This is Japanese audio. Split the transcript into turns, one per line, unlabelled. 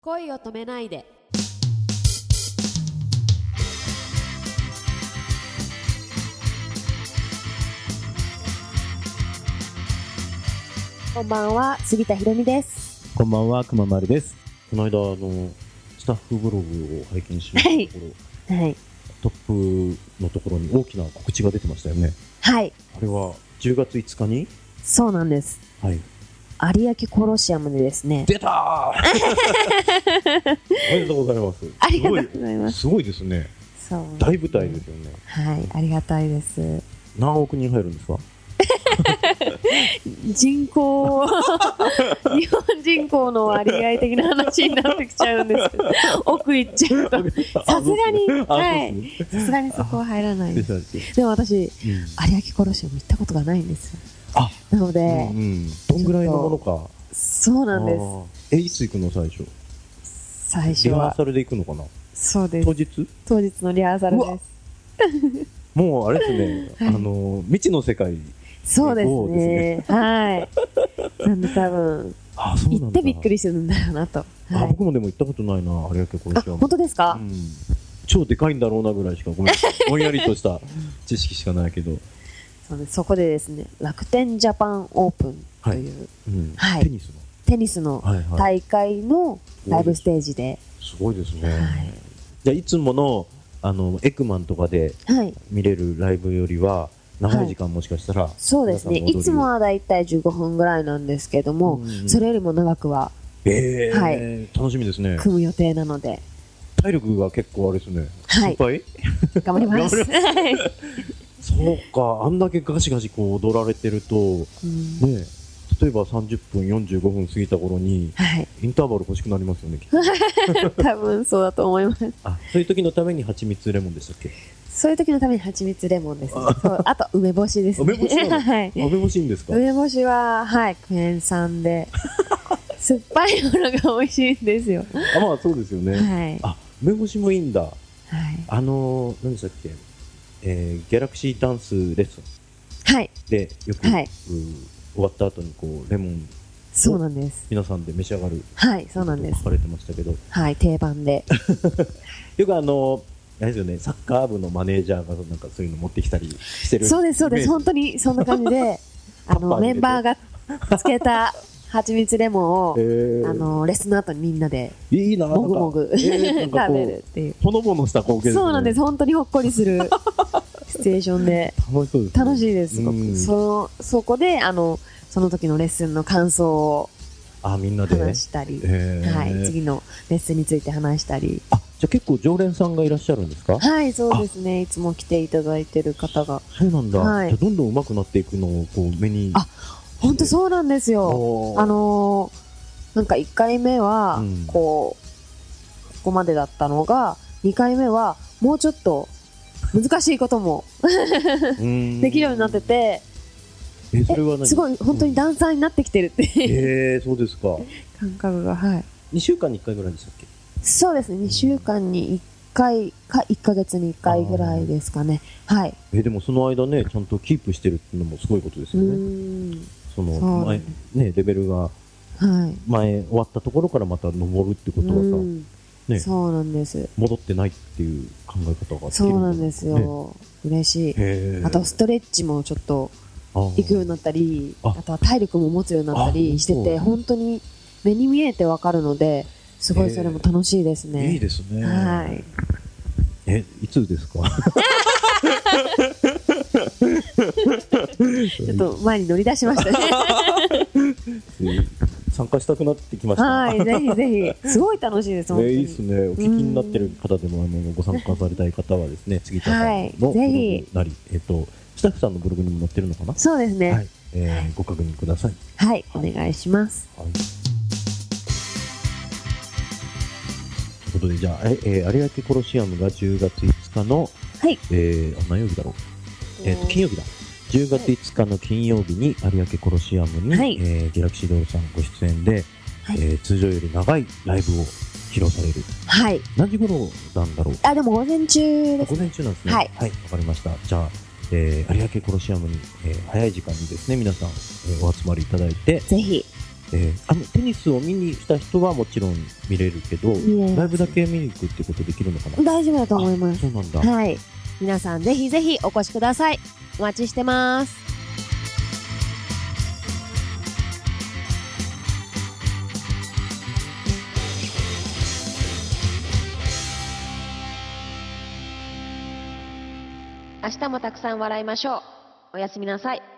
恋を止めないで
こんばんは、杉田ひろみです。
こんばんは、くままるです。この間、あの、スタッフブログを拝見しましたところ、
はい。
トップのところに大きな告知が出てましたよね。
はい。
あれは、10月5日に
そうなんです。
はい。
有明コロシアムでですね。
出たーあ りがとうございます。
ありがとうございます。
すごい。すごいですね。
そう。
大舞台ですよね。
はい。ありがたいです。
何億人入るんですか
人口、日本人口の割合的な話になってきちゃうんですけど、奥行っちゃうと。 さすがにはい
い。
さすがにそこは入らない
で
です。
したっけ
でも私、
うん
有明コロシアム行ったことがないんですよ。
あ
なの
う
で、
んうん。どんぐらいのものか。
そうなんで
あーえ、いつ行くの最初。
す。最初
リハ
は
ー。サルで行くのかな
そうです
当。日
当日のリハーサルで
うわ
す。
もうあれですね、
はい
あの未知の世界
そうです
そうで
ね。はい。なんで多分、
あそうなんだ
行ってびっくりするんだろうなと。は
あ
い
僕もでも行ったことないな有明コロ
あ、
シアム
本当ですか
う、ん、超でかいんだろうなぐらいしかごめんぼんやり とした知識しかないけど、
そうですそこでですね、楽天ジャパンオープンという、
うん
はい
テニス
テニスの
の、はいはい、
大会のライブステージで、
すごいですね、
はい
じゃあいつものあのエクマンとかで
はい。
見れるライブよりは長い時間もしかしたら、
そうですね。
皆さ
いつ
んも踊りを
もはだいたい15分ぐらいなんですけども、
うんうん
それよりも長くは
えー
は
楽しみですね
組む予定なの で、
体力が結構あれですね、
はい
心配
頑張り ます。
頑
はい
そうかあんだけガシガシこう踊られてると
うん
ねえ例えば30分45分過ぎた頃に
はい。
インターバル欲しくなりますよねき っと
多分そうだと思います。
あそういう時のために蜂蜜レモンでしたっけ
そういう時のために蜂蜜レモンですね。そうあと梅干しですね。
梅干しなの
はい。
あ梅干しいいんですか
梅干しは、はい、クエン酸 で、酸っぱいものが美味しいんですよ。
あまあそうですよね、
はい。
あ梅干しもいいんだ
はい。
あのー、何でしたっけえー、ギャラクシーダンスレッスン
はい。
でよく、
はい。
うー終わった後にこうレモン
そうなんです。
皆さんで召し上がる
はい、そうなんです
書。かれてましたけど
はい、定番で。
よくあのーあれですよね、サッカー部のマネージャーがなんかそういうの持ってきたりしてる
そうです、そうで
イ
す。
メージ
本当にそんな感 じで、あ
パ
の、
ンに入
メ
れて
ンバーがつけた蜂蜜レモンを
え、ー
あの、レッスンの後にみんなで、
いいな、なんか
もぐもぐ
え
食
ーなんかこ
べ
う
るっていう。
ほのぼのした光景ですね。
そうなんです。。本当にほっこり するシチュエーションで。
楽しそうです、ね。
楽しいです、すご
う
く。
ん
その、そこで、あの、その時のレッスンの感想を
あ、みんなで。
話したり、
えー
はい、次のレッスンについて話したり、
あ、じゃあ結構常連さんがいらっしゃるんですか
はい、そうですね、いつも来ていただいてる方が、
そうなんだ。
はい
じゃあどんどん上手くなっていくのをこう目に。
あ本当そうなんですよ。
おー
あのーなんか1回目は
うん、
こう、ここまでだったのが、2回目は、もうちょっと、難しいことも
うん
できるようになってて、
え、それは何
すごい本当にダンサーになってきてるっていう
えー、そうですか。
感覚が、はい。
2週間に1回ぐらいでしたっけ
そうですね、2週間に1回か1ヶ月に1回ぐらいですかね。はい。
え、でもその間ね、ちゃんとキープしてるっていうのもすごいことです
う
よね。
ーん。
その
そう
前、ね、レベルが
はい。
前終わったところからまた登るってこ
う
とはさ、
ん
ね
そうなんです。
戻ってないっていう考え方ができる
そ
だ
うなんです
ね
よ。嬉しい。
へー
あと、ストレッチもちょっと
あー
行くようになったり、
あ
あとは体力も持つようになったりしてて、
あ
本当に目に見えてわかるので、すごいそれも楽しいです
いい
ね。
ですね。
はい。
え、いつで すか
ちょっと前に乗り出しましたね。
参加したくなってきました。
はい。ぜひぜひ。すごい楽しいです、
え
本当
ー
に。
いいですね。お聞きになってる方でも、あの、ご参加されたい方はですね、杉田さん
はい
のブログ
ぜひ
なり、えっと、スタッフさんのブログにも載ってるのかな
そうですね。
はい。えーご確認ください。
はい、お願いします。
はい。ということで、じゃあ、ええー有明コロシアムが10月5日の、
はい
えーあ、何曜日だろうえーと金曜日だ10月5日の金曜日に有明コロシアムに、
はい
えーギャラクシードールさんご出演で、
はい
えー通常より長いライブを披露される
はい。
何時頃なんだろう
あ、でも午前中です。
午前中なんですね
はい
わ、かりましたじゃあ、えー有明コロシアムに、えー早い時間にですね皆さん、えーお集まりいただいて、
ぜひ。
えーあのテニスを見に来た人はもちろん見れるけど、
見れます
ライブだけ見に行くってことできるのかな
大丈夫だと思います。
そうなんだ。
はい。皆さんぜひぜひお越しください。お待ちしてます。明日もたくさん笑いましょう。おやすみなさい。